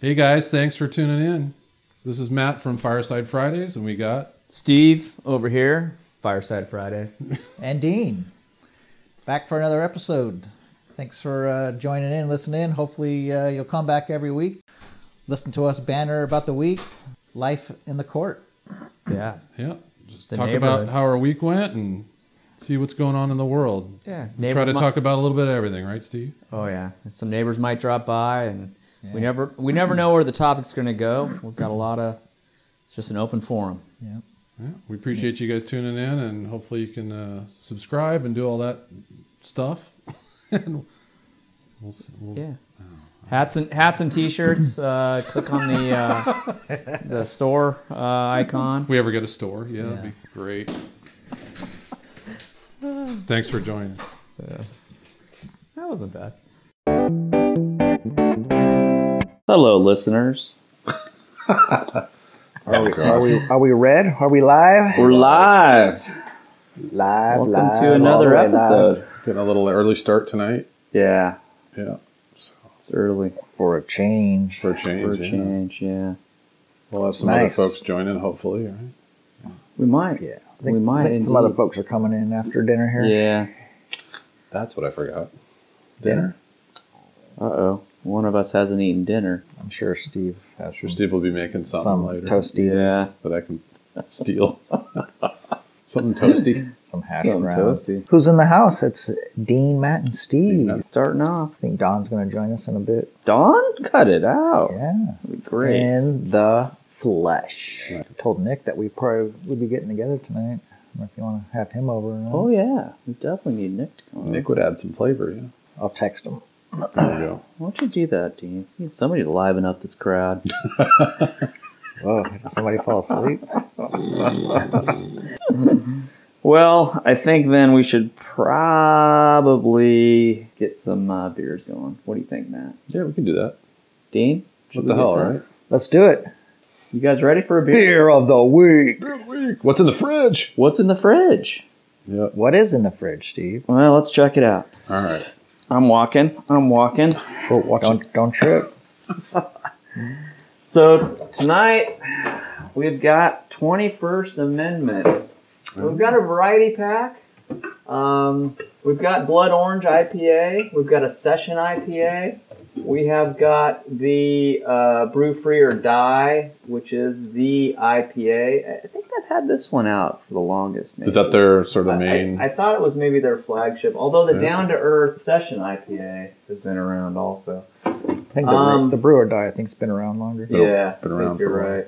Hey guys, thanks for tuning in. This is Matt from Fireside Fridays, and we got Steve over here, Fireside Fridays. And Dean, back for another episode. Thanks for uh, joining in, listening in. Hopefully, uh, you'll come back every week. Listen to us banner about the week, life in the court. Yeah. yeah. Just The talk about neighborhood. how our week went and see what's going on in the world. Yeah. We try to talk about a little bit of everything, right, Steve? Oh yeah. And some neighbors might drop by and we never we never know where the topic's gonna go. We've got a lot of it's just an open forum. Yeah. Yeah. We appreciate you guys tuning in, and hopefully you can uh, subscribe and do all that stuff. and we'll, s- we'll, Yeah. Hats and hats and t-shirts. Uh, click on the uh, the store uh, icon. If we ever get a store, yeah, that'd be great. Thanks for joining. That wasn't bad. Hello, listeners. Are we, God. are we are we red? Are we live? We're live. live. Welcome live, to all the another way live. episode. Getting a little early start tonight. Yeah, Yeah, it's early For a change. for a change. for a yeah. change. Yeah, We'll have some other Nice. folks join in, hopefully. Right? we might. Yeah. I we might. I think some other indeed. folks are coming in after dinner here. Yeah. That's what I forgot. Dinner? Uh oh. One of us hasn't eaten dinner. I'm sure Steve has Sure, Steve will be making something some later toasty, Yeah. that I can steal. something toasty. some hash Something browns. toasty. Who's in the house? It's Dean, Matt, and Steve. Matt. Starting off. I think Don's going to join us in a bit. Dawn? Cut it out. Yeah. That'd be great. In the flesh. I told Nick that we probably would be getting together tonight. I don't know if you want to have him over. Or not. Oh yeah. We definitely need Nick to come. on. Nick would add some flavor. Yeah. I'll text him. There we go. Why don't you do that, Dean? You need somebody to liven up this crowd. Oh, did somebody fall asleep? well, I think then we should probably get some uh, beers going. What do you think, Matt? Yeah, we can do that. Dean? Should What we the get hell, that? right? Let's do it. You guys ready for a beer? Beer of the week. What's in the fridge? What's in the fridge? Yeah. What is in the fridge, Steve? Well, let's check it out. All right. I'm walking. I'm walking. Oh, watch it. Don't don't trip. So tonight we've got 21st Amendment. We've got a variety pack. Um, we've got Blood Orange IPA. We've got a Session IPA. We have got the uh, Brew Free or Die, which is the IPA. I think I've had this one out for the longest. Maybe. Is that their sort I- of main? I, I thought it was maybe their flagship, although the Yeah. Down to Earth Session IPA has been around also. I think the, Um, brew the brewer die. I think's been around longer. Nope. Yeah, Been I around think for a while. you're right.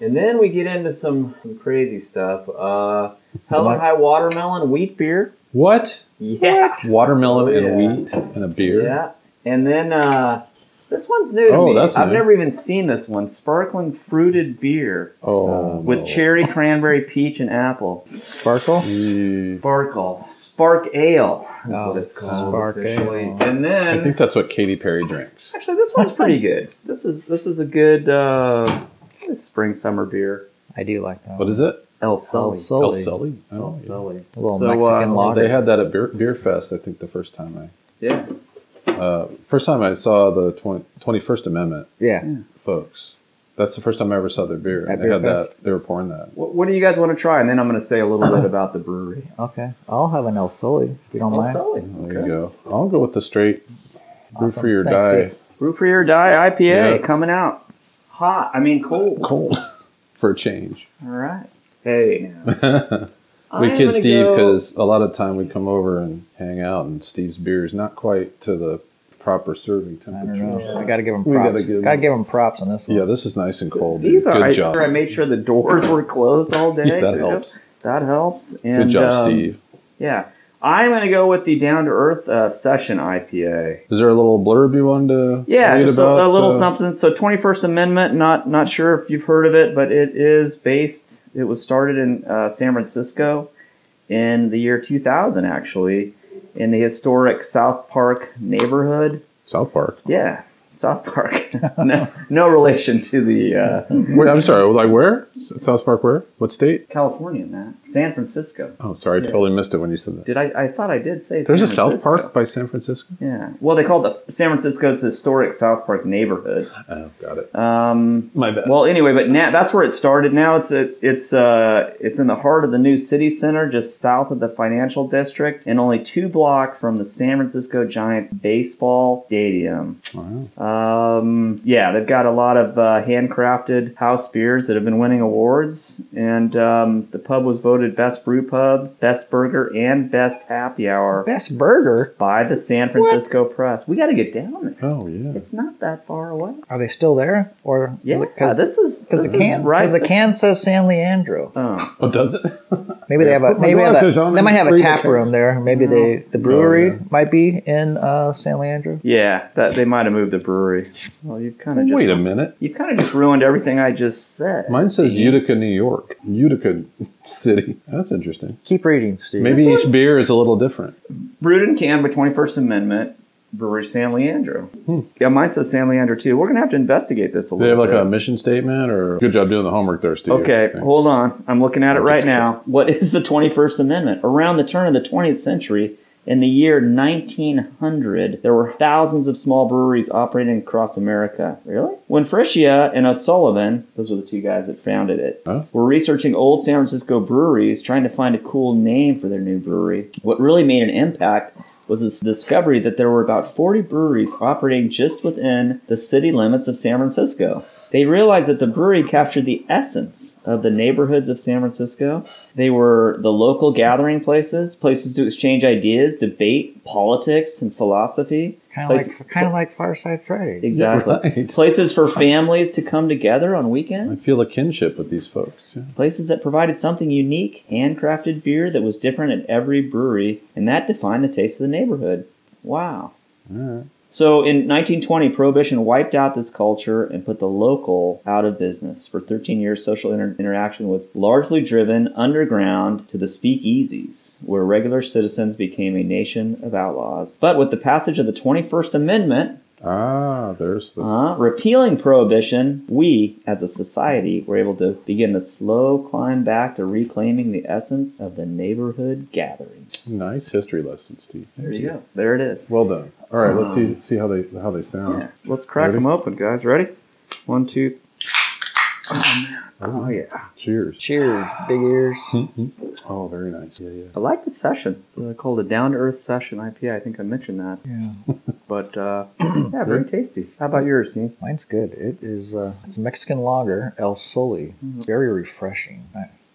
And then we get into some, some crazy stuff. Uh, Hell What? or High Watermelon Wheat Beer. what? Yeah. Watermelon Oh, yeah. and wheat and a beer. Yeah. And then uh, this one's new to Oh, me. that's I've new. never even seen this one. Sparkling Fruited Beer Oh, Uh, with no. cherry, cranberry, peach, and apple. Sparkle. Yeah. Sparkle. Spark Ale. is Oh, what it's called Spark officially. Ale. And I then think that's what Katy Perry drinks. actually this one's pretty good. This is this is a good uh, spring summer beer. I do like that. What is it? El El Sully. Sully. El Sully. El Oh, yeah. Sully. A little So, uh, Mexican they lager. They had that at beer, beer fest, I think, the first time Yeah. I uh, first time I saw the 20, 21st Amendment yeah. folks. That's the first time I ever saw their beer. At they beer had fest? that. They were pouring that. What, what do you guys want to try? And then I'm going to say a little bit about the brewery. Okay. I'll have an El Soli if you don't mind. There you go. I'll go with the straight brew Awesome. free or Thanks, die dude. Brew Free or Die Yeah. IPA coming out hot. I mean cold. cold for a change. All right. Hey. we Now. I'm kid gonna Steve go- because a lot of time we'd come over and hang out, and Steve's beer is not quite to the proper serving I don't know. temperature. I gotta give him We props. gotta give him- gotta give him props on this one. Yeah, this is nice and cold. dude. These Good are. I, job. I made sure the doors were closed all day. that too. helps. That helps. And, Good job, um, Steve. Yeah. I'm going to go with the Down to Earth uh, Session IPA. Is there a little blurb you wanted to Yeah, read just a- about? a, little uh, something. So, 21st Amendment. Not not sure if you've heard of it, but it is based. It was started in uh, San Francisco in the year 2000, actually, in the historic South Park neighborhood. South Park. Yeah, South Park. no, no relation to the uh, Wait, I'm sorry. Like where? South Park? Where? What state? California, Matt. San Francisco. Oh, sorry, I totally missed it when you said that. Did I? I thought I did say. There's San a South Francisco. Park by San Francisco. Yeah. Well, they called it San Francisco's historic South Park neighborhood. Oh, got it. Um, My bad. Well, anyway, but now that's where it started. Now it's a, it's uh it's in the heart of the new city center, just south of the financial district, and only two blocks from the San Francisco Giants baseball stadium. Wow. Um, yeah, they've got a lot of uh, handcrafted house beers that have been winning awards, and um, the pub was voted best brew pub, best burger, and best happy hour Best burger. by the San Francisco Press. We got to get down there. Oh yeah. It's not that far away. Are they still there? Or Yeah, because this is because this the is can right. because the can says San Leandro. Oh, Oh, does it? Maybe they have a Oh my maybe they God, have there's a, only they might have a three tap locations. room there. Maybe they the brewery yeah. might be in uh, San Leandro. yeah, that they might have moved the brewery. Well, you've kind of just Wait a minute. you've kind of just ruined everything I just said. Mine says Utica, New York. Utica City. That's interesting. Keep reading, Steve. Maybe each beer is a little different. brewed and canned by 21st Amendment Brewery San Leandro. Hmm. Yeah, mine says San Leandro too. We're gonna have to investigate this a Do they have little. like a bit. mission statement or good job doing the homework there, Steve? Okay, Thanks. hold on. I'm looking at it I'm right just now. What is the 21st Amendment? Around the turn of the 20th century, in the year 1900, there were thousands of small breweries operating across America. Really? When Frischia and O'Sullivan, those were the two guys that founded it, Huh? were researching old San Francisco breweries, trying to find a cool name for their new brewery. What really made an impact was this discovery that there were about 40 breweries operating just within the city limits of San Francisco. They realized that the brewery captured the essence of the neighborhoods of San Francisco. They were the local gathering places, places to exchange ideas, debate, politics, and philosophy. kind of Place- like kind of like Fireside Friday. Exactly. Right. Places for families to come together on I weekends. feel a kinship with these folks. Yeah. Places that provided something unique, handcrafted beer that was different at every brewery, and that defined the taste of the neighborhood. Wow. All right. So in 1920, Prohibition wiped out this culture and put the local out of business. For 13 years, social inter- interaction was largely driven underground to the speakeasies, where regular citizens became a nation of outlaws. But with the passage of the 21st Amendment, Ah, there's the. uh, repealing prohibition, we as a society were able to begin the slow climb back to reclaiming the essence of the neighborhood gathering. Nice history lesson, Steve. There you go. There it is. Well done. All right, let's Um, see see how they how they sound. Yeah. Let's crack Ready? them open, guys. Ready? One, two. Oh yeah. Cheers. Cheers, big ears. oh, very nice. Yeah, yeah. I like the session. It's uh, called a down to earth session IPA. I think I mentioned that. Yeah, But uh, yeah, very tasty. How about yours, Dean? mine's good. It is uh, it's a Mexican lager, El Soli. Very refreshing.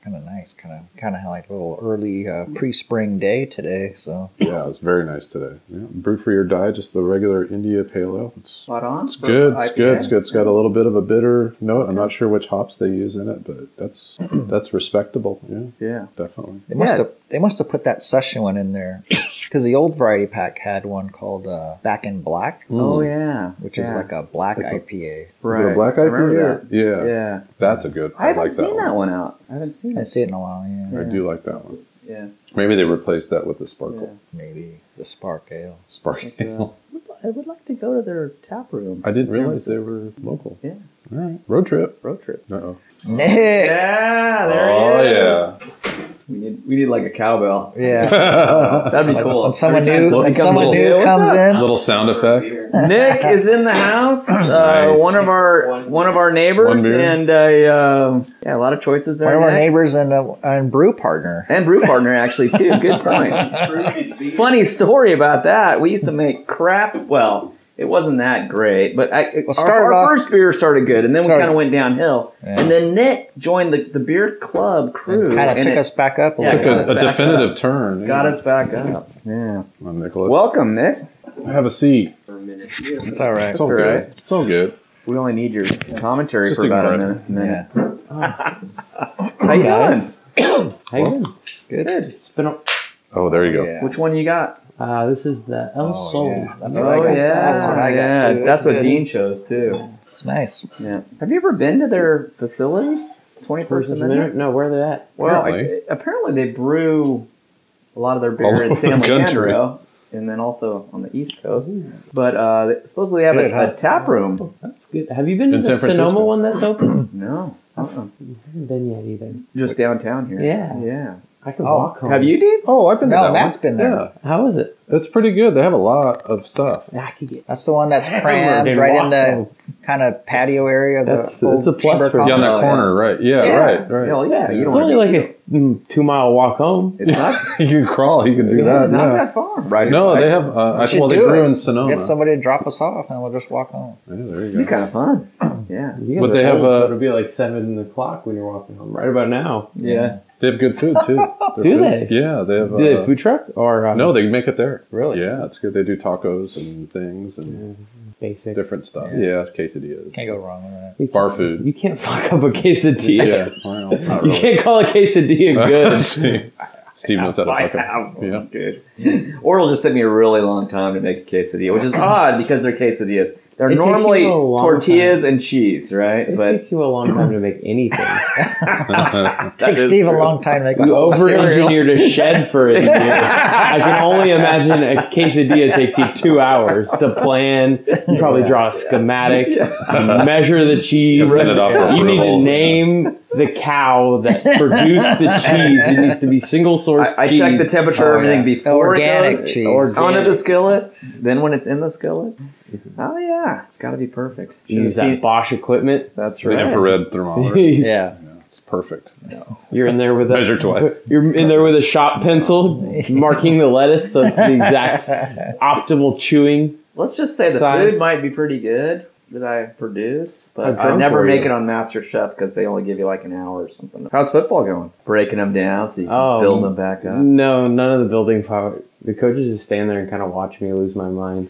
Kind of nice. Kind of kind of like a little early uh, pre-spring day today. So Yeah, it's very nice today. Yeah. Brew free or die, just the regular India Pale Ale. It's Spot on. It's good. It's good. It's good. It's got a little bit of a bitter note. I'm not sure which hops they use in it, but that's that's respectable. Yeah, Yeah. definitely. they must Oh, Yeah. have they must have put that session one in there because the old variety pack had one called uh, Back in Black, Oh yeah. which yeah. is like a black It's a- IPA. Mm. Is it a right. black I remember IPA? Yeah. that. Yeah. That's a good. I I, haven't like seen that one. out. I haven't seen I it. see it in a while. Yeah, I do like that one. Yeah. Maybe they replaced that with the sparkle. yeah. maybe the Spark Ale. Sparkle. I would like to go to their tap room. I didn't San realize they Francisco. were local. Yeah. All right. Road trip. road trip. Uh oh. Nick. Yeah, Oh yeah. We need we need like a cowbell. Yeah. That'd be cool. When someone Every time new, someone when someone comes in, new "What's comes up?" in, Little sound effect. Nick is in the house. Uh, Nice. One of our one of our neighbors, One beer. and uh, uh, yeah, a lot of choices there. one of our Nick. neighbors and, uh, and brew partner. and brew partner actually too. Good point. Funny story about that. We used to make crap. Well, it wasn't that great, but I, it- Well, started our, our off- first beer started good, and then we Started- kind of went downhill. Yeah. And then Nick joined the, the beer club crew, Kind of and took it us back up a Yeah, little Took bit. got a, a us back definitive turn. got yeah. us back up. Yeah. Come on, Nicholas. Welcome, Nick. have a seat. It's all right. It's all That's all good. right. It's all good. We only need your commentary Just for about a ignore it. minute. minute. Yeah. How you doing? How you doing? Good. It's been a, Oh, there you go. Yeah. Which one you got? uh, this is the El Oh, Sol. yeah. That's what I Oh got. yeah, That's what I got. yeah. too. That's what Good. Dean chose too. It's nice. Yeah. Have you ever been to their facility? Twenty first First Amendment. Amendment? No, where are they at? Well, Apparently. I, apparently they brew a lot of their All beer in San over the country. Leandro. and then also on the East Coast. But uh, they- supposedly they have Good, huh? a, a tap room. That's good. Have you been In to San the Sonoma Francisco. one that's open? No, uh-uh. haven't been yet either. just downtown here. Yeah. yeah. I can Oh, walk home. Have you, Dave? Oh, I've been to No, that Matt's one. been there. Yeah, How is it? it's pretty good. They have a lot of stuff. I could get. That's the one that's crammed Hammered and right in the waffled. kind of patio area. of That's- the old that's a plus chamber of for- commerce. Yeah, on Down that Oh, corner, right? Yeah, right, right. Hell yeah. You It's don't wanna only go- like a mm, two mile walk home. It's not, you can crawl. You can do that. it's not yeah. that far. Right. No, they have. Uh, I, should well, they do grew it. in yeah. Sonoma. Get somebody to drop us off, and we'll just walk home. yeah, there It'd you be go. kind of fun. Yeah. You But guys they are have, old, uh, so it'll be like seven o'clock when you're walking home. Right about now. Yeah. They have good food too. Their Do food- they? Yeah, they have. Do they uh, have food truck or uh, No, they make it there. Really? Yeah, it's good. They do tacos and things and basic different stuff. Yeah, quesadillas. Can't go wrong with that. You Bar can't- food. You can't fuck up a quesadilla. Yeah. Well, not You really. can't call a quesadilla good. See, Steve knows how to I fuck have up. one, Yeah. dude. Or it'll just take me a really long time to make a quesadilla, which is odd because they're quesadillas. They're It takes you normally a long tortillas and cheese, right? It But takes you a long time to make anything. that Takes is Steve a true. long time to make a You whole over cereal. engineered a shed for a year. I can only imagine a quesadilla takes you two hours to plan. You probably draw a schematic, measure the cheese. Yeah, send it off for you need to approval. name the cow that produced the cheese. It needs to be single source I, I cheese. Oh, check the temperature of everything before Organic it goes cheese. onto the Organic. skillet, then when it's in the skillet. Mm-hmm. Oh yeah, it's got to be perfect. Use that Bosch equipment. That's The right. infrared thermometer. Yeah. It's perfect. You're in there with a, Measure twice. You're in there with a sharp pencil, marking the lettuce so it's the exact optimal chewing. Let's just say the Size. food might be pretty good that I produce, I'm but I drunk never for make you. it on Master Chef because they only give you like an hour or something. How's football going? Breaking them down so you can Oh, build them back up. No, none of the building power. The coaches just stand there and kind of watch me lose my mind.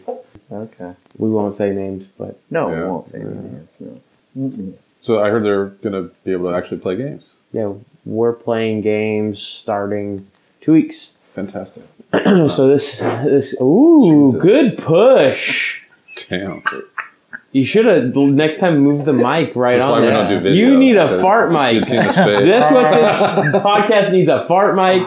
Okay. We won't say names, but No, Yeah. we won't say any names. No. Mm-mm. So I heard they're gonna be able to actually play games. yeah, we're playing games starting two weeks. Fantastic. so this, this, ooh, Jesus. good push. Damn. You should have next time moved the mic right That's on why we there. don't do video, you need a because fart mic. you've seen his face. That's what this podcast needs a fart mic,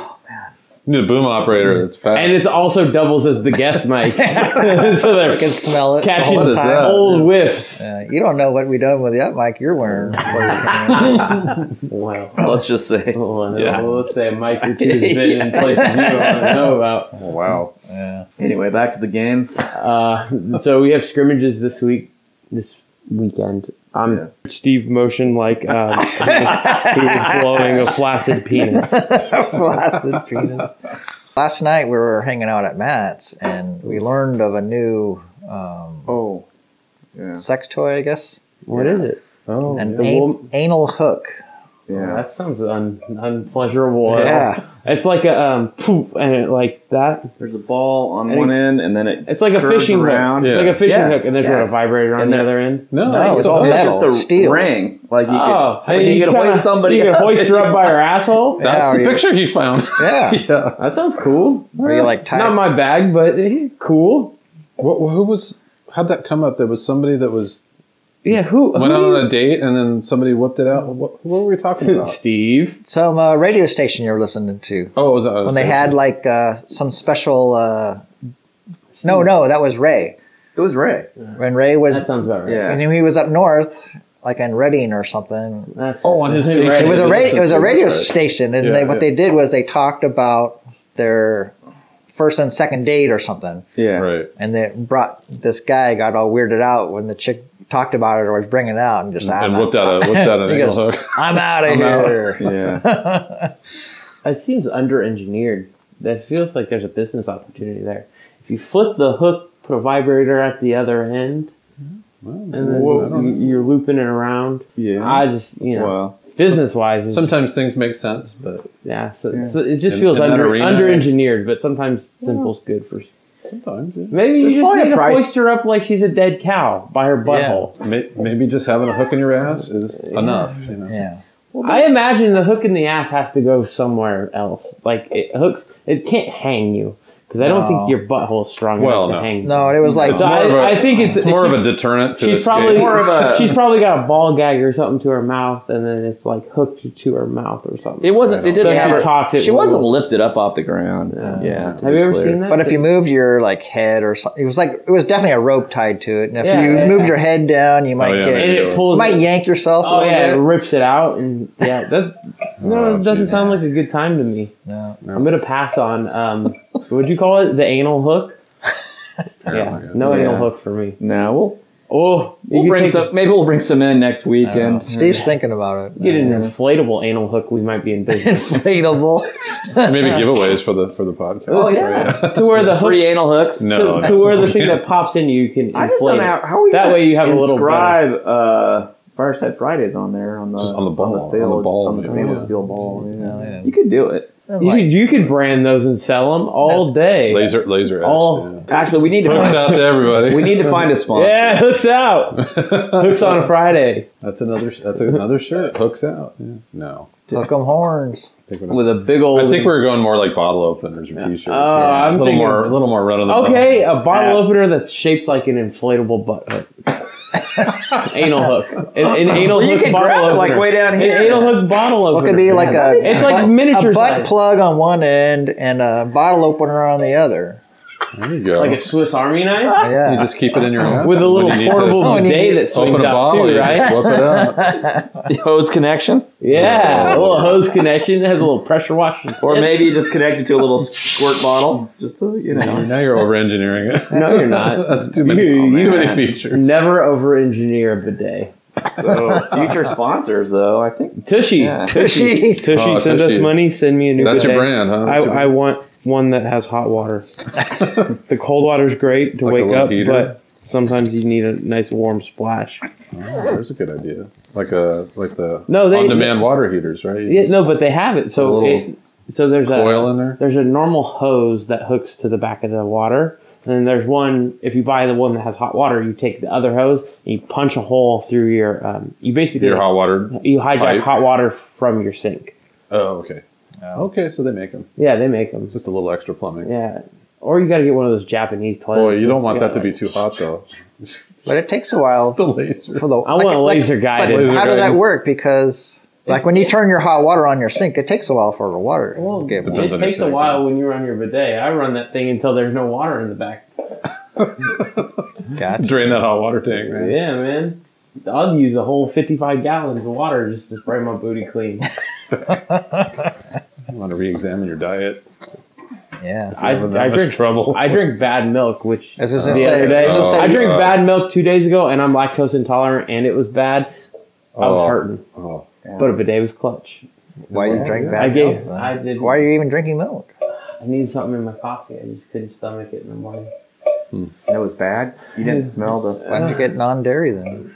You need a boom operator that's fast. and it also doubles as the guest mic. so they're You can smell it. catching What is that? old whiffs. Uh, you don't know what we done with that mic you're wearing. before you came in. Wow. Let's just say. Well, Yeah. oh, let's say a mic or two has been in places you don't know about. oh, wow. Yeah. Anyway, back to the games. Uh, so we have scrimmages this week, this weekend. I'm Steve motion like um, he was blowing a flaccid penis. Flaccid penis. Last night we were hanging out at Matt's and we learned of a new um, Oh. Yeah. sex toy, I guess, What is it? Oh, an the an- wom- anal hook. Oh, Yeah. that sounds un- unpleasurable. Yeah. It's like a um, poof, and it, like that. There's a ball on And one it- end, and then it. It's like a Curves fishing around. hook. It's Yeah. like a fishing Yeah. hook, and there's Yeah. a vibrator on And the then- other end. No, No, it's a all hook. metal. just a steel. ring. Like you Oh, could, hey, you could kinda- hoist somebody. You can up. hoist her up by her asshole. That's Yeah, the you- picture he found. Yeah. yeah. That sounds cool. Are you, like, tied- Not my bag, but eh, cool. What, who was? How'd that come up? There was somebody that was Yeah, who? went who out on a date and then somebody whipped it out. What, what were we talking about? Steve. Some uh, radio station you're listening to. Oh, it was that When they had like uh, some special. Uh, no, no, that was Ray. It was Ray. When Ray was, That sounds about right. Yeah. when he was up north, like in Reading or something, That's- Oh, on his Hey, station. Ray, it was a They ra- listened it was to a radio right? station, and Yeah, they, what yeah. they did was they talked about their first and second date or something, Yeah. Right. and they brought this guy got all weirded out when the chick talked about it or was bringing it out and just I'm, And whipped out a whipped out an He anal goes, "Ah." hook. I'm out of here. Yeah. It seems underengineered. That feels like there's a business opportunity there. If you flip the hook, put a vibrator at the other end, and then Whoa, I don't you- you're looping it around. Yeah. I just, you know, Well. business wise, Sometimes things make sense, but yeah, so, so it just In- feels in that under arena. underengineered. But sometimes simple's good for. sometimes yeah. Maybe you There's just probably a need to price- hoist her up like she's a dead cow by her butthole. May- maybe just having a hook in your ass is enough. You know. Yeah. I imagine the hook in the ass has to go somewhere else. Like it hooks, it can't hang you because I don't No. think your butthole's strong Well, enough no. to hang. No, it was like It's So more I- of a- I think it's- it's more she- of a deterrent to She's escape. probably More of a- she's probably got a ball gag or something to her mouth, and then it's like hooked to her mouth or something. It wasn't. It didn't Then have she her. topped it She with- wasn't lifted up off the ground. yeah. to Have be you ever clear. seen that? But if you moved your like head or something, it was like it was definitely a rope tied to it. And if Yeah, you yeah, moved yeah. your head down, you might Oh, yeah, get maybe. and it you pulls. might yank yourself. a oh little yeah, it bit. rips it out, and yeah, that no, Oh, it doesn't geez. sound like a good time to me. No. I'm gonna pass on. Um, what would you call it? The anal hook? Yeah, Apparently, no Yeah. anal hook for me. No, we'll Oh, you we'll could bring take- Oh, some. Maybe we'll bring some in next weekend. Steve's thinking about it. Get an inflatable anal hook, we might be in business. Inflatable. Maybe giveaways for the for the podcast. Oh, yeah. to where the Free hook, anal hooks. No, to, no. to where the thing that pops in you can I just inflate. don't know it. how are we That gonna way you have a little inscribe uh, Fireside Fridays on there on the Just on the ball, on the steel- ball, on the maybe, stainless yeah. steel ball. Yeah. Oh, yeah. You could do it. You could, you could brand those and sell them all day. Laser laser etched, All- Actually, we need to yeah. Hooks find, out to everybody. We need to find a sponsor. Yeah, hooks out. hooks on a Friday. That's another that's another shirt. Hooks out. Yeah. No. Hook 'em horns. I think we're not- With a big old. I think we're going more like bottle openers or t-shirts. Oh, yeah. I'm a little thinking- more, a little more run of the Okay, a bottle Ass. opener that's shaped like an inflatable butt hook. anal hook. An, an anal Well, you hook can bottle grab it, opener. like, way down here. An anal hook bottle What opener. could be like a It's a like butt- miniature a size. butt plug on one end and a bottle opener on the other. There you go. like a Swiss Army knife you Yeah. just keep it in your hand with a little When you need to portable Oh, and you bidet need- that swings Open a up bottle, too, you right? just whoop it up. the hose connection, Yeah, a little hose connection that has a little pressure washer. or maybe just connect it to a little squirt bottle. Just to, you know. now you're over engineering it. No, you're not. That's too many, You- too you- many features. Never over-engineer a bidet. So, future sponsors, though, I think. Tushy, Yeah. Tushy, Tushy, Oh, send Tushy. us money. Send me a new. That's your bidet. brand, huh? That's your I, I want one that has hot water. the cold water's great to Like a wake little up, heater? but sometimes you need a nice warm splash. Oh, there's a good idea. Like a like the No, they- on-demand water heaters, right? You Yeah, just no, but they have it. A So little it, so there's a Oil in there. there's a normal hose that hooks to the back of the water. And then there's one, if you buy the one that has hot water, you take the other hose and you punch a hole through your, um, you basically, Your hot water. you hijack pipe. hot water from your sink. Oh, okay. Okay, so they make them. Yeah, they make them. It's just a little extra plumbing. Yeah. Or you got to get one of those Japanese toilets. Boy, you don't that's want that got, to be like- too hot though. But it takes a while The laser. for the. I want laser guided. But Laser how does that guided. work? Because like when you turn your hot water on your sink, it takes a while for the water. to Well, get warm. Depends it on your takes a sink, while when you run your bidet. I run that thing until there's no water in the back. Gotcha. Drain that hot water tank, man. Yeah, man. I'll use a whole 55 gallons of water just to spray my booty clean. You want to re-examine your diet. Yeah. I, Having that I much drink trouble. I drink bad milk, which I was just the gonna say- other day I was gonna say- I drank Oh, bad milk two days ago, and I'm lactose intolerant, and it was bad. I was Oh. hurting, Oh, but a bidet was clutch. Why you drink I bad gave, milk? I did. Why are you even drinking milk? I needed something in my coffee. I just couldn't stomach it in the morning. That was bad. You didn't smell the. Why don't Uh, you get non-dairy then?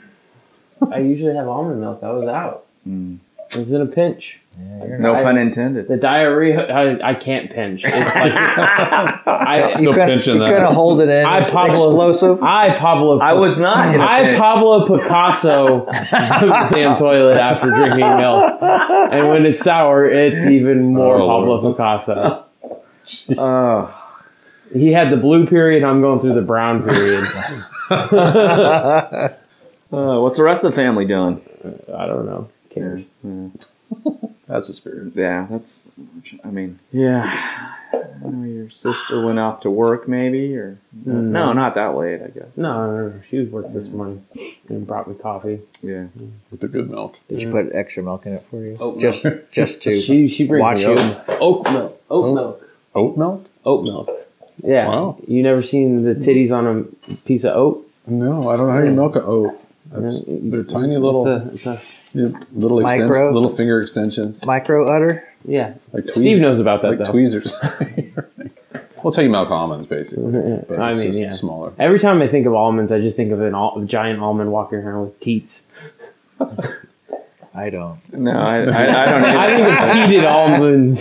I usually have almond milk. I was out. Mm. I was in a pinch. Yeah, you're No I- pun intended. The diarrhea. I, I can't pinch. It's like I. Still you couldn't, pinching you that. couldn't hold it in. I It's Pablo- explosive. I Pablo. I was not. In a I pinch. Pablo Picasso the damn toilet after drinking milk, and when it's sour, it's even more Oh, Pablo Lord. Picasso. Oh. He had the blue period. I'm going through the brown period. Uh, what's the rest of the family doing? I don't know. Cares. that's a spirit. Yeah, that's. I mean, yeah. I know your sister went off to work, maybe, or no, not that late, I guess. No, no, no, she was working this morning and brought me coffee. Yeah. With the good milk. Did Mm. you put extra milk in it for you? Oat just, just to She she brings watch me you. oat, oat milk, oat milk, Oat milk? oat milk. Yeah. Wow. You never seen the titties on a piece of oat? No, I don't know how you milk an oat. That's, Yeah. they're tiny little, It's a- it's a- yeah, little extens- Micro. little finger extensions, micro udder. yeah. like tweezers. Steve knows about that like though. tweezers. well, tell you milk almonds, basically. But I it's mean, just yeah. Smaller. Every time I think of almonds, I just think of an al- giant almond walking around with teats. I don't. No, I, I, I don't. Either. I don't even teated almonds.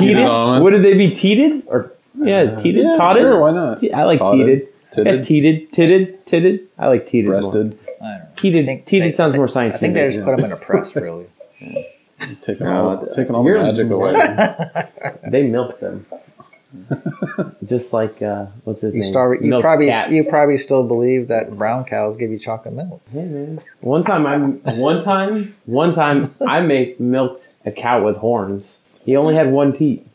Teated? almonds? Uh, Would they be teated or yeah, teated, Yeah, totted? Sure, why not? Te- I like Totted, teated. Yeah, titted, teated, titted, titted. I like teated more. breasted. I don't. know. Teated, think teated they- sounds more I scientific. think they just put them in a press, really. Taking No, all, taking all the you're- magic away. they milk them. Just like uh, what's his You name? start. You Milk probably Cat. you probably still believe that brown cows give you chocolate milk. Hey man. One time I one time one time I make milked a cow with horns. He only had one teat.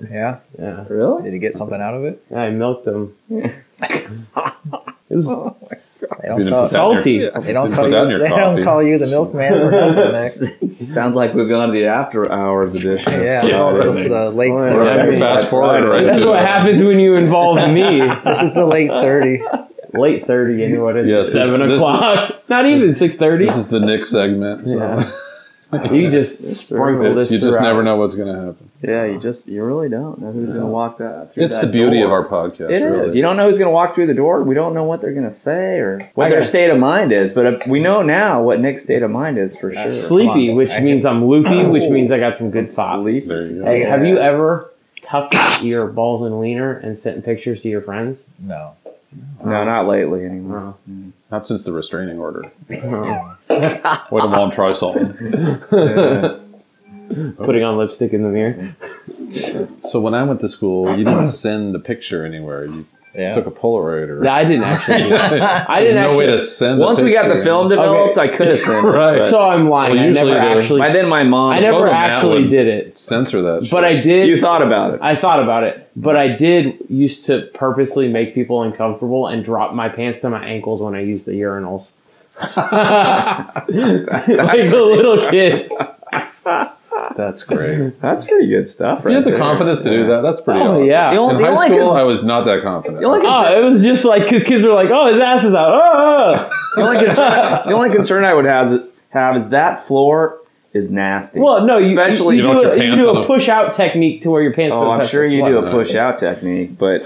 Yeah. Yeah. Really? Did you get something out of it? I milked him. it was You They don't didn't call, put that in your- salty. they don't didn't call put that in you your they coffee. don't call you the milkman for nothing. Nick. Sounds like we've gone to the after hours edition. Yeah. Yeah, Oh, no, right. this is the late. Well, We're 30s. gonna fast forward right That's to what it. happens when you involve me. This is the late 30. Late thirty and what is Yes, it? this- Seven this is- o'clock. Not even six thirty. This is the Nick segment. So Yeah. You just sprinkle it's- this. you just throughout. never know what's going to happen. Yeah, you just you really don't know who's gonna walk that through. It's that the beauty door. of our podcast. It is. really. You don't know who's going to walk through the door. We don't know what they're going to say or what I their got- state of mind is. But uh, if, we know now what Nick's state of mind is for sure. sleepy, which I- means I'm loopy, which means I got some good thoughts. There you go. Hey, have you ever tucked your balls in wiener and sent pictures to your friends? No. No, not lately anymore. No. Not since the restraining order. Wait a long try something. Putting on lipstick in the mirror. So when I went to school, you didn't send the picture anywhere. You Yeah. took a Polaroid or No, I didn't actually. Do that. I didn't There's no way actually. to send. Once we got the film Oh, developed, I could have sent it. Right. So I'm lying. Well, I usually never the- actually. By then, my mom. I never photo map actually would- did it, censor that. but I did. You thought about it. I thought about it, but I did used to purposely make people uncomfortable and drop my pants to my ankles when I used the urinals. like a little kid. that's great. That's pretty good stuff, If you right? had the there. confidence to do that. That's pretty. Oh, awesome. yeah. The only- In the high only school, cons- I was not that confident. the only Oh, it was just like because kids were like, "Oh, his ass is out." Oh. The only concern, concern- the only concern I would have is, have is that floor is nasty. Well, no, you Especially- you, You do, don't a, have your you pants do on a the- push out technique to where your pants. oh, don't I'm touch sure the you floor. do a push out technique, but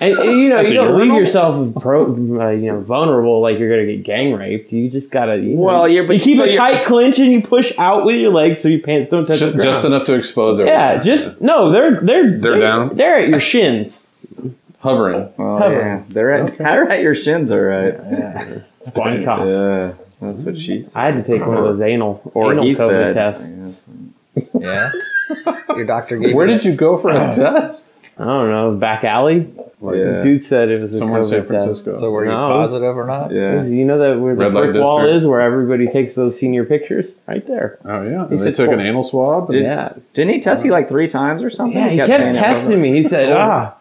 And, and, you know, you don't leave urinal? yourself pro, uh, you know, vulnerable like you're gonna get gang raped. You just gotta. You know, Well, you're- you keep so a you're- tight clinch and you push out with your legs so your pants don't touch Ju- the ground. Just enough to expose everyone. yeah, just no. They're they're They're down? They're at your shins. hovering. oh, Cover. yeah, they're at, they're at your shins, all right. Blind cock. Yeah, that's what she said. I had to take one of those anal Or anal he COVID said. tests. Yeah. Your doctor gave Where you did you go for a test? I don't know, back alley. The Yeah. dude said it was a Somewhere in COVID San test. Francisco. So were you No. positive or not? Yeah. You know that where the Red light brick wall district. is, where everybody takes those senior pictures, right there. oh yeah. And they said took an four. anal swab. and- yeah, Didn't he test you like three times or something? yeah. He kept, saying it over- testing me. He said, "Ah,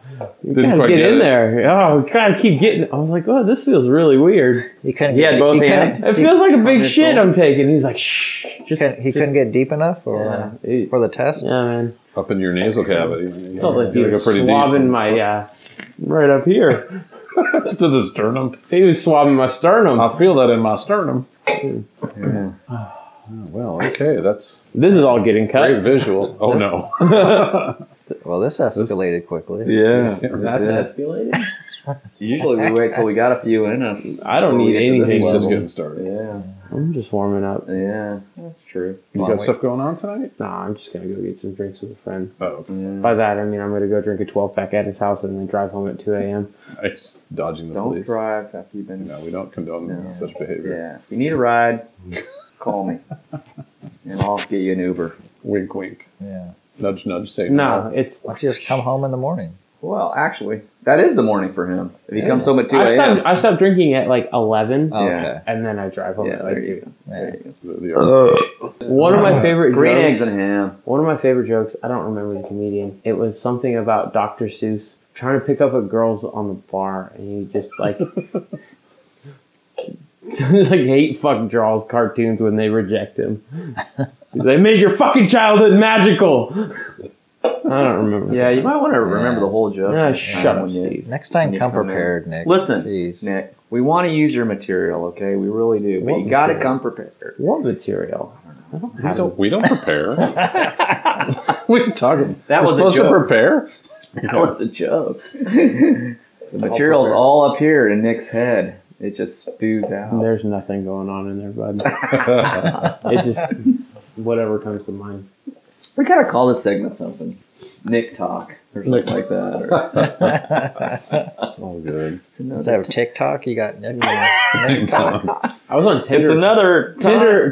you Didn't gotta quite get, get in it. there. Oh, we gotta keep getting." I was like, "Oh, this feels really weird. He couldn't. He get- had both couldn't- hands? It feels like a big your shit shoulder. I'm taking." He's like, "Shh, He just." couldn't, he couldn't get deep enough, or yeah, it- for the test. yeah, man. Up in your nasal cavity. You Felt like he gotta was go pretty deep. swabbing my uh, right up here. to the sternum. He was swabbing my sternum. I feel that in my sternum. Oh, well, okay, that's This is all getting cut. great visual. Oh no, Well, this escalated quickly. Yeah. That's escalated. Usually we wait till we got a few in us. I don't Before we need get to this anything. he's just level. getting started. Yeah. I'm just warming up. Yeah. That's true. You Long got way. stuff going on tonight? Nah, I'm just gonna go get some drinks with a friend. Oh, By that I mean I'm gonna go drink a 12 pack at his house and then drive home at 2 a.m. nice. Dodging the Don't police. drive after you've been. No, we don't condone No. such behavior. Yeah. If you need a ride, call me, and I'll get you an Uber. Wink, wink. Yeah. Nudge, nudge. Say No, it's Why don't you just come home in the morning? Well, actually, that is the morning for him. If he comes home at two I a.m. stopped, I stopped drinking at like 11 Oh, Yeah. okay. and then I drive home Yeah, at like there you 2. The, the, One of my favorite Green eggs jokes, and ham. One of my favorite jokes. I don't remember the comedian. It was something about Dr. Seuss trying to pick up a girl's on the bar, and he just like. like hate fuck draws cartoons when they reject him. they made your fucking childhood magical. I don't remember. Yeah, you might want to remember the whole joke. Ah, shut up, When you- Steve. Next time, you come come in. prepared, Nick. Listen, Jeez. Nick, we want to use your material, okay? We really do. But What you got to material? come prepared. What material? I don't we, have don't, we don't prepare. we can talk. That we're was a supposed joke. to prepare. That was a joke. the material's all up here in Nick's head. It just spews out. There's nothing going on in there, bud. it just whatever comes to mind. We gotta call this segment something. Nick talk or something like that. Or, It's all good. it's another Instead of t- TikTok, you got Nick. Thanks, Tom. I was on It's Tinder. another Tinder-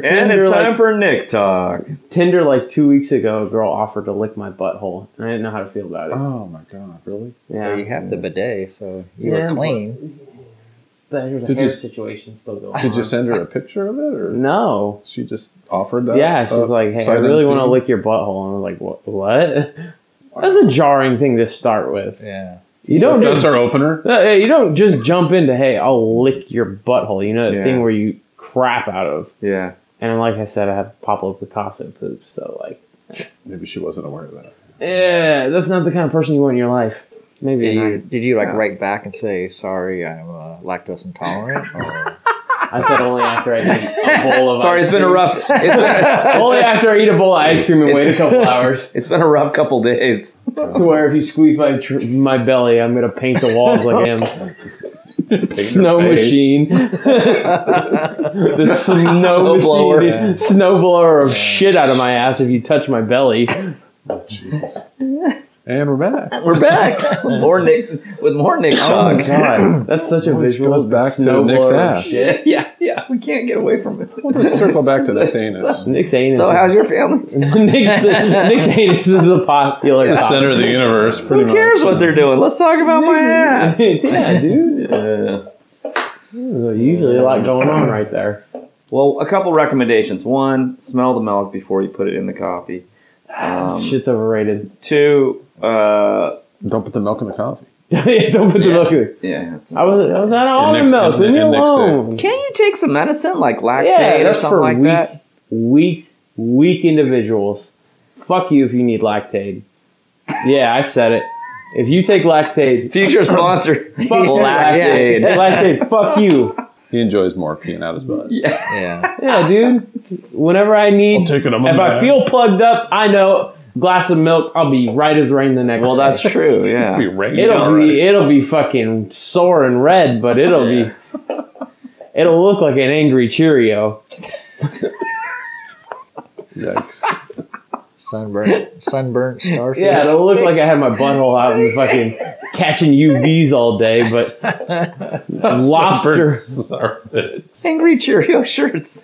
Tinder, and Tinder, it's like- time for Nick talk. Tinder like two weeks ago. A girl offered to lick my butthole, and I didn't know how to feel about it. Oh my God, really? yeah, Well, you have the bidet, so you Yeah, were clean. but there's a Did hair you- situation still going. Did you on. send her a picture of it, or No. she just offered that? Oh, yeah, she's up, like, hey, Uh, I sight really want to unseen? lick your butthole, and I was like, what? What? That's a jarring thing to start with. Yeah. You don't That's just, our opener. uh, hey, you don't just jump into hey, I'll lick your butthole. You know that Yeah. thing where you crap out of. Yeah. And like I said, I have Pablo Picasso poops, so like, Maybe she wasn't aware of that. yeah, that's not the kind of person you want in your life. Maybe Did you, you, did you like write back and say sorry? I'm uh, lactose intolerant. Or... I said only after I eat a bowl of. Sorry, ice it's been a cream. rough. It's been, Only after I eat a bowl of ice cream and wait a couple hours. it's been a rough couple days. To where if you squeeze my tr- my belly, I'm gonna paint the walls like him. Snow Paint her face. machine. the snow Snowblower. machine, the snow blower of shit out of my ass if you touch my belly. Jesus. And we're back. We're back. more Nick with more Nick Oh, talk. God. That's such a Always visual. goes back to Snow Nick's blower of ass. shit. yeah, yeah. We can't get away from it. We'll just circle back to this anus. Nick's anus. So is- how's your family? Nick's, Nick's anus is the popular The topic. center of the universe, pretty Who cares much. what they're doing? Let's talk about my ass. yeah, dude. Yeah. There's usually a lot going on right there. Well, a couple recommendations. One, smell the milk before you put it in the coffee. Um, Shit's overrated. Two, uh, Don't put the milk in the coffee. Don't put the milk in. yeah. I was I was out of almond Index- milk. Leave me index it. alone. Can you take some medicine like lactate Yeah, or that's something for like weak, that? weak, weak individuals. Fuck you if you need lactate. Yeah, I said it. If you take lactate, Future sponsor, fuck you. lactate. lactate, fuck you. He enjoys more peeing out his butt. Yeah. Yeah. Yeah, dude. Whenever I need, I'll take it, I'm a if I man. feel plugged up, I know glass of milk. I'll be right as rain the next. Well, day. that's true. Yeah. Be raining it'll already. be it'll be fucking sore and red, but it'll be it'll look like an angry Cheerio. Yikes. Sunburnt, sunburnt starfish. Yeah, it'll look like I had my butthole out and fucking catching UVs all day, but lobster. Sorry. Angry Cheerio shirts.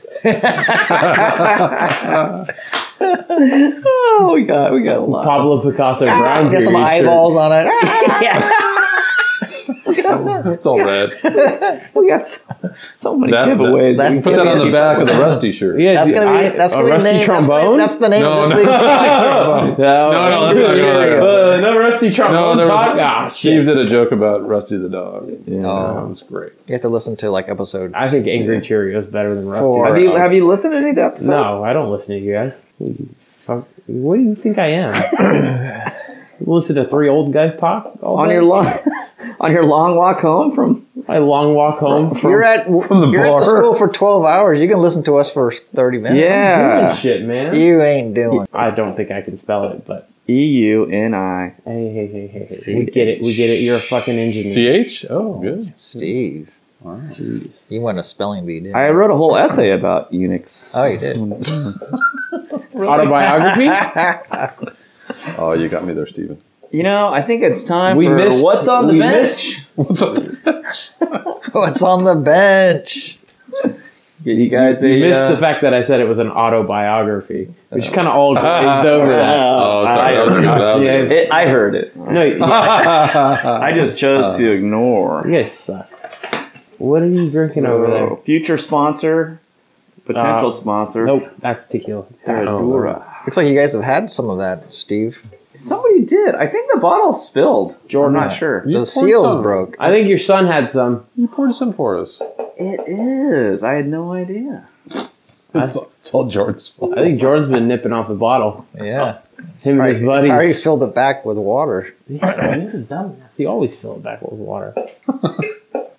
oh, we got we got a lot. Pablo Picasso brown Get some Cheerio shirt. eyeballs on it. It's all red. We got so, so many That- giveaways. that- You can put that on the back of the rusty shirt. Yeah, That's dude, gonna I- be that's a gonna be the rusty name. that's gonna- trombone? Oh, That's, the name No, of no. this week's no, no, Angry that's not going there. Cheerio. Uh, no rusty No, trombone. there talk. was, Ah, Steve shit. did a joke about Rusty the dog. Yeah. That was great. You have to listen to like episode. I think Angry Cheerio is better than Rusty. Four. have you have you listened to any of the episodes? No, I don't listen to you guys. Fuck- What do you think I am? listen to three old guys talk all on day? your long on your long walk home from my long walk home. From, You're at the you're at bar. the school for 12 hours. You can listen to us for 30 minutes. doing yeah shit, man. You ain't doing. I don't think I can spell it, but E U N I hey, hey, hey, hey, hey, we get it, we get it. You're a fucking engineer. CH? Oh, good. Steve, Wow. you want a spelling bee, didn't I you? wrote a whole essay about Unix Oh, you did. Autobiography. Oh, you got me there, Steven. you know I think it's time We for missed- what's on the we bench What's up? What's on the bench? you guys You a, missed uh, the fact that I said it was an autobiography, which kind of all glazed over. that. Oh, sorry. That was good. That was good. it, I heard it No, you I just chose to ignore you guys suck. What are you drinking over there? So, future sponsor Uh, potential sponsor Nope, that's tequila. Herradura. Looks like you guys have had some of that, Steve. somebody did I think the bottle spilled Jordan. I'm not sure You the poured seals some. broke. I think your son had some. You poured some for us. it is I had no idea It's, it's all George's fault. I think Jordan's been nipping off the bottle. Yeah. It's him and his buddies. I already filled it back with water. Yeah, he's a dumbass. He always fills it back with water.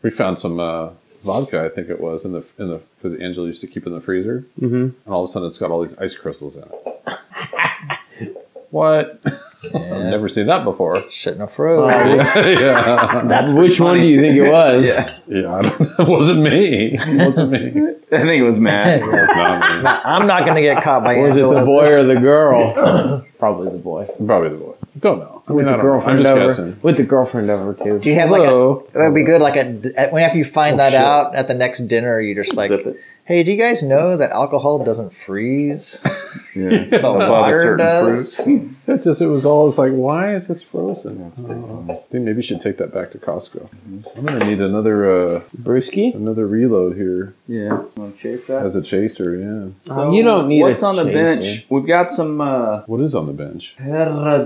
We found some uh, vodka, I think it was, in the in the because Angela used to keep in the freezer, Mm-hmm. and all of a sudden it's got all these ice crystals in it. what? I've never seen that before. Shouldn't have froze. yeah. That's which one do you think it was? yeah, Yeah, I don't- it wasn't me. It wasn't me. It I think it was Matt. was not me. I'm not gonna get caught by Was it Angela. the boy or the girl? Probably the boy. Probably the boy. Don't know. I mean, With I the don't know. I'm girlfriend just over. guessing. With the girlfriend over too. Do you have Hello. like a? It would be good like a. at- When after you find that shit. out at the next dinner, you just like, Zip it. hey, do you guys know that alcohol doesn't freeze? Yeah. But water does? fruit. It just it was all it's like, why is this frozen? Oh, I think maybe you should take that back to Costco. I'm gonna need another uh, Brewski? another reload here Yeah. Want to chase that? as a chaser. Yeah. you don't need What's a on the chaser. bench? We've got some uh, What is on the bench?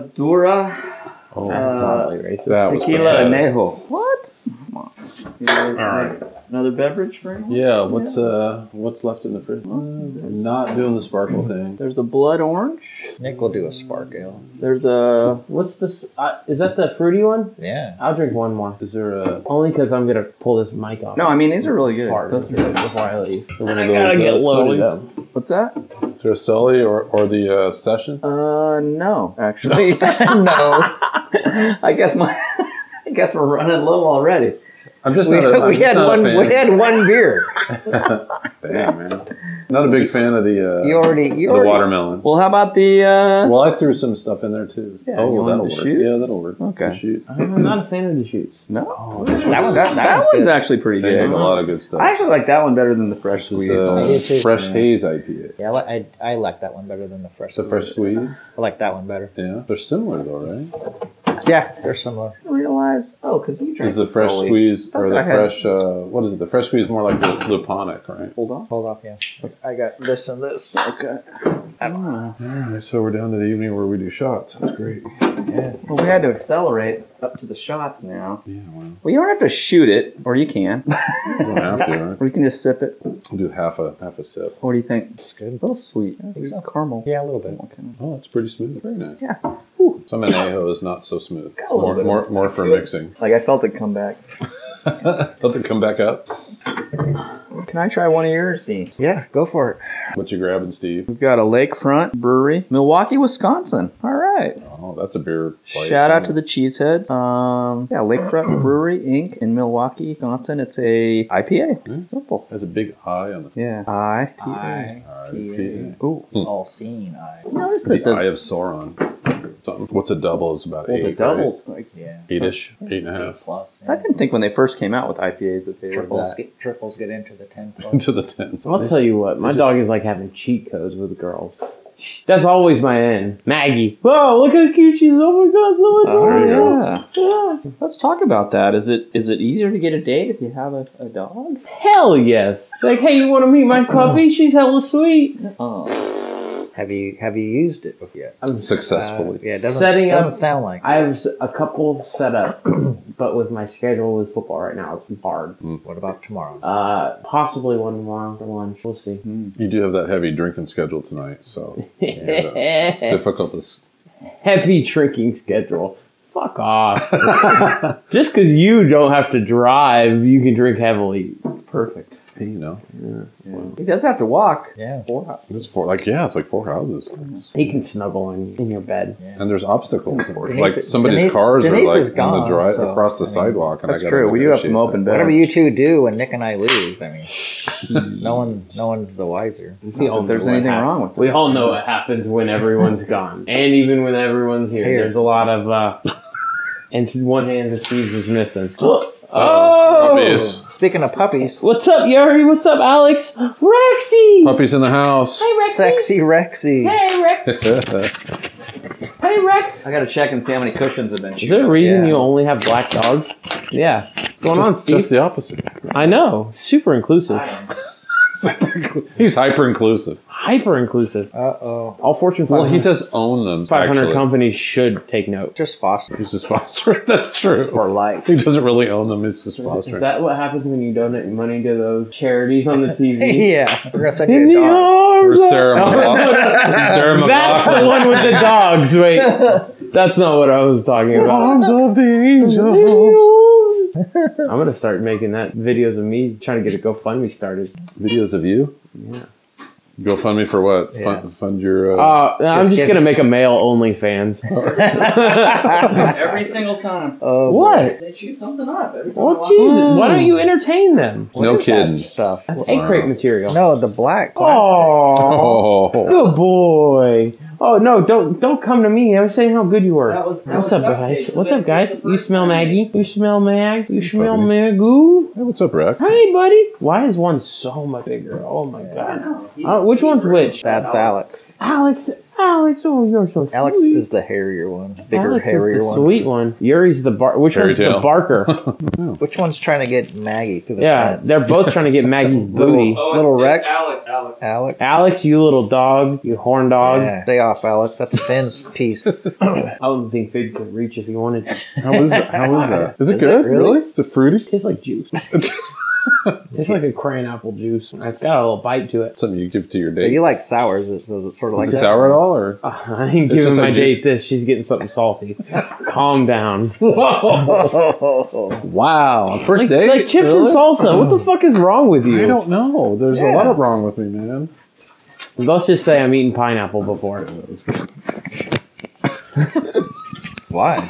Herradura Oh, uh, Probably racist. that was tequila pathetic. anejo. What? All right. Another beverage for anyone? Yeah. What's uh what's left in the fridge? not doing the sparkle thing. There's a blood orange. Nick will do a spark ale. There's a What's this? Uh, is that the fruity one? Yeah. I'll drink one more. Is there a Only because I'm gonna pull this mic off. no. I mean, these are really good. Fart Those- before I leave. one I of those, gotta get uh, loaded Sully's? up. What's that? Is there a Sully or or the uh, session? Uh, no, actually, no. I guess my, I guess we're running low already. I'm just We, not a, I'm we just had not one. A fan. We had one beer. Damn, man. Not a big fan of the uh, You already. You the already. watermelon. Well, how about the? Uh, Well, I threw some stuff in there too. Yeah, you oh, want that'll the work. shoots? Yeah, that'll work. Okay. The shoot. I'm not a fan of the shoots. no, Oh, That was that, that was one's good. actually pretty They good. make a lot of good stuff. I actually like that one better than the fresh This squeeze. is, uh, I do too. fresh haze IPA. Yeah, I, li- I I like that one better than the fresh. It's a fresh squeeze. I like that one better. Yeah, they're similar though, right? Yeah, they're similar. I realize. Oh, because you drank Is the fresh Sully. squeeze or I the had- fresh? Uh, what is it? The fresh squeeze is more like the luponic, right? Hold on. Hold off, yeah. I got this and this. Okay. I don't know. All right, so we're down to the evening where we do shots. That's great. Well, we had to accelerate up to the shots now. Yeah, well, Well, you don't have to shoot it, or you can. you don't have to. Right? or you can just sip it. We'll do half a half a sip. What do you think? It's good. A little sweet. Caramel. Yeah, a little bit. Okay. Oh, that's pretty smooth. Very nice. Yeah. Some anejo is not so smooth. It's a little more, bit more, more for mixing. Like I felt it come back. Let it come back up. Can I try one of yours, Dean? Yeah, go for it. What you grabbing, Steve? We've got a lakefront brewery, Milwaukee, Wisconsin. All right. Oh, that's a beer. place, Shout out to isn't the Cheeseheads. Um, yeah, Lakefront Brewery Inc. in Milwaukee, Wisconsin. It's a IPA. Hmm. Simple. it? Has a big eye on the. Yeah. I. I RIP. Ooh. all seen I. Notice The, that the, Eye of Sauron. Something. What's a double? Is about well, eight. the doubles. Like, Yeah. Right? Eight-ish. Eight and a half. Plus. I didn't think when they first came out with IPAs that they were Triples that. get, triples get into the ten plus. Into the tens. I'll tell you what, my dog is like having cheat codes with girls. That's always my end. Maggie. Whoa, look how cute she is. Oh my god, so There you go. adorable. yeah. Let's talk about that. Is it is it easier to get a date if you have a, a dog? Hell yes. Like, hey, you want to meet my puppy? She's hella sweet. Oh. Have you have you used it before yet? Uh, Successfully. yeah, it doesn't Setting doesn't up- sound like I have s- a couple set up, but with my schedule with football right now, it's hard. Mm. it. What about tomorrow? Uh, possibly one tomorrow for lunch. We'll see. you do have that heavy drinking schedule tonight, so yeah, it's difficult to. s- Heavy drinking schedule. Fuck off. Just because you don't have to drive, you can drink heavily. That's perfect. You know, He does have to walk. Yeah. Four it's four. Like yeah, it's like four houses, It's- He can snuggle in, in your bed. and there's obstacles. Denise- like somebody's Denise- cars Denise are is like on gone, the drive so, across the I mean, sidewalk, and I That's gotta true. We do have negotiate some open that. beds. Whatever you two do when Nick and I leave, I mean, no one no one's the wiser. We all If there's know what anything hap- wrong with We all know what happens when everyone's gone, and even when everyone's here. Here. There's a lot of uh, and one hand that Steve was missing. Oh, Puppies. Speaking of puppies, what's up, Yuri? What's up, Alex? Rexy. Puppies in the house. sexy Rexy. Hey, Rex. Hey, Rex. I gotta check and see how many cushions have been Is there a chewed. reason Yeah. you only have black dogs? Yeah. What's going on, Steve? Just the opposite. I know. Super inclusive. He's hyper inclusive. Hyper inclusive. Uh oh. All Fortune 500, Well, he does own them. 500 actually. companies should take note. Just foster He's just fostering. That's true. for life. He doesn't really own them. He's just fostering. that what happens when you donate money to those charities on the TV? yeah, we're gonna send In the you a dog. arms Or Sarah of- McLaughlin. Sarah That's the McLaughlin. one with the dogs. Wait, that's not what I was talking about. Arms of the angels. I'm gonna start making that videos of me trying to get a GoFundMe started. Videos of you? GoFundMe for what? Yeah. Fund, fund your. Uh, Uh, I'm just kidding. gonna make a male only fans. Every single time. Oh, what? They shoot something up. Every time I Well, watch it. Oh, Jesus, why don't you entertain them? boy. What No is that kidding. Stuff. Egg crate material. No, the black. Oh, oh, good boy. Oh no, don't don't come to me. I was saying how good you were. That was- that What's was up, guys? duct tape. What's That up, guys? was the You first smell time. Maggie? You smell Mag? You smell Fucking- Magoo? hey, what's up, Rec? Hey, buddy. Why is one so much bigger? Oh my god. Uh, which one's which? That's Alex. Alex, Alex, oh, you're so Alex sweet. is the hairier one, bigger, Alex is hairier the one. sweet one. Yuri's the bar. Which Fairy one's the tale. barker? Which one's trying to get Maggie through the yeah, fence? they're both trying to get Maggie's booty. Little, little Rex. Oh, Alex, Alex. Alex. Alex, you little dog, you horn dog. Yeah. Stay off, Alex. That's Finn's piece. I don't think Fig could reach if he wanted to. How is that? How is that? Is it Is it good? really? Is it fruity? Tastes like juice. Tastes like a crayon apple juice. It's got a little bite to it. Something you give to your But date. you like sours, is is it sort of like is it that? sour at all, or Uh, I ain't It's giving just my like date juice. this. She's getting something salty. Calm down. Oh, wow? on First date? Like chips and salsa. What the fuck is wrong with you? Hmm. I don't know. There's Yeah. a lot wrong with me, man. Let's just say I'm eating pineapple before. Why?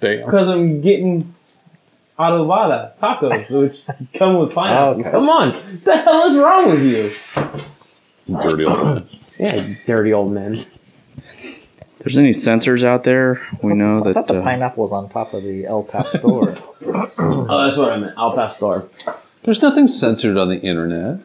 Damn. Because I'm getting adobada tacos, which come with pineapple. Okay. Come on, the hell is wrong with you? Dirty old man. Yeah, you dirty old men. If there's any sensors out there, we know I that. thought the Uh, pineapple was on top of the El Pastor. Oh, that's what I meant. Al pastor. There's nothing censored on the internet.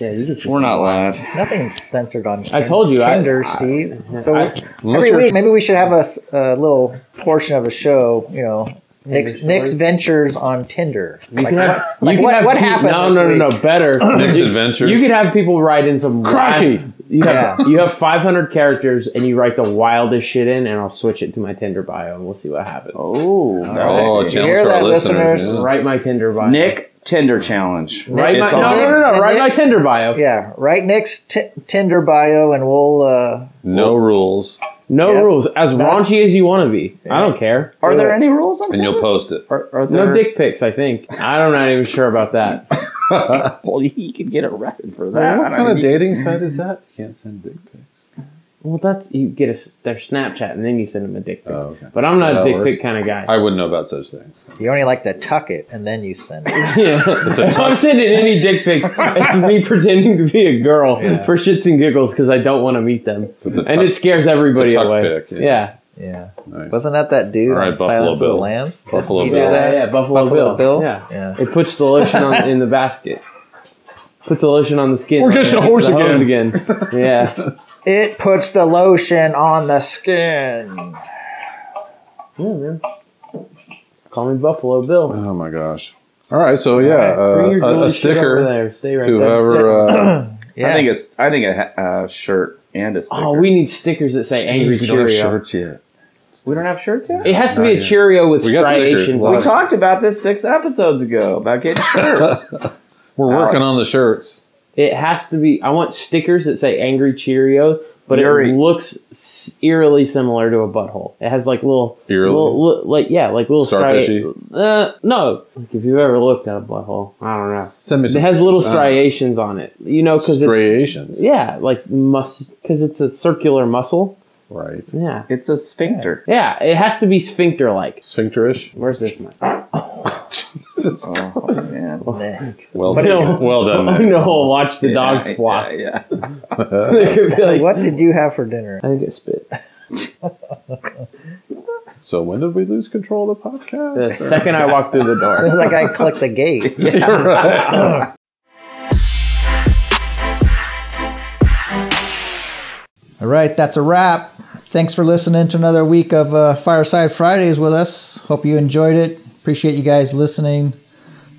Yeah, you just we're not live. Nothing's censored on. I told you, I- Tinder, I- Steve. so I- every week, maybe we should have a, s- a little portion of a show. You know, Nick's, stories? Nick's ventures on Tinder. Like, You what, have- you like can what, have what pe- happened? No, this no, no, week? no. Better. Nick's You- Adventures. You could have people write in some Crikey. wild- You have Yeah. you have 500 characters and you write the wildest shit in, and I'll switch it to my Tinder bio, and we'll see what happens. Oh, Oh, challenge You hear for our that, listeners. listeners? yeah. Write my Tinder bio. Nick Tinder challenge. Write my, It's no, on no, there. no, no, And Write Nick- my Tinder bio. Yeah, right. Nick's t- Tinder bio, and we'll. Uh, No rules, No Yep. rules. As raunchy as you want to be. I don't care. Are there any rules on and Tinder? you'll post it. Are, are there? No dick pics, I think. I'm not even sure about that. uh, Well, you could get arrested for that. What I kind of mean, dating site is that? Can't send dick pics. Well, that's you get a, their Snapchat and then you send them a dick pic. Oh, okay. But I'm not That a dick works. pic kind of guy. I wouldn't know about such things. you only like to tuck it, and then you send it. yeah. If I'm sending any dick pics, it's me pretending to be a girl for shits and giggles because I don't want to meet them, It's a and tuck- it scares everybody it's a tuck away. pic, yeah. yeah. Yeah. Nice. Wasn't that that dude? All right, on Buffalo Silence of the Bill. Lambs? Buffalo Did he Bill. do Yeah, that? yeah, Buffalo, Buffalo Bill? Yeah. Yeah. it puts the lotion on in the basket. Puts the lotion on the skin. We're kissing a horse again. Yeah. It puts the lotion on the skin. yeah, man. Call me Buffalo Bill. Oh my gosh. All right, so yeah, Bring your uh, a- a, girly shit over sticker there. Stay to right there. whoever. Uh, Yeah. I think it's. I think a ha- uh, shirt and a sticker. Oh, we need stickers that say Angry we don't have Cheerio. shirts yet. We don't have shirts yet. It has to Not be a yet. Cheerio with We got striations. stickers. on We it. talked about this six episodes ago about getting shirts. We're working on the shirts. It has to be. I want stickers that say "Angry Cheerio," but Yuri. it looks s- eerily similar to a butthole. It has like little, Eerily? little, li- like yeah, like little Starfishy? stri- uh, no, like if you've ever looked at a butthole, I don't know. Send me. It Some has little Uh, striations on it, you know, because it's striations. yeah, like mus because it's a circular muscle. Right. Yeah, It's a sphincter. yeah, it has to be sphincter-like. Sphincterish. Where's this one? Oh man. Nick. Well No. done. Well done. Oh Nick. no! Watch the dogs Yeah, squat. Yeah, yeah. They could be like, What did you have for dinner? I think I spit. So when did we lose control of the podcast? The second I walked through the door. It's like I clicked the gate. All right, that's a wrap. Thanks for listening to another week of uh, Fireside Fridays with us. Hope you enjoyed it. Appreciate you guys listening.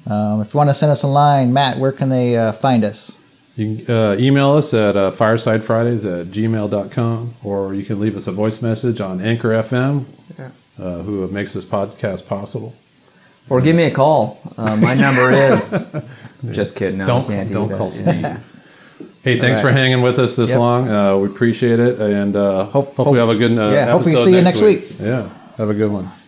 Um, if you want to send us a line, Matt, where can they uh, find us? You can uh, email us at uh, firesidefridays at gmail.com or you can leave us a voice message on Anchor FM, uh, who makes this podcast possible. Or give me a call. Uh, my number is. Just kidding. No, I don't can't do don't that. call Yeah. Steve. hey, thanks for hanging with us this Yep. long. Uh, we appreciate it, and uh, hope, hope, hope- we have a good uh, yeah, hope we episode see you next week. Yeah, have a good one.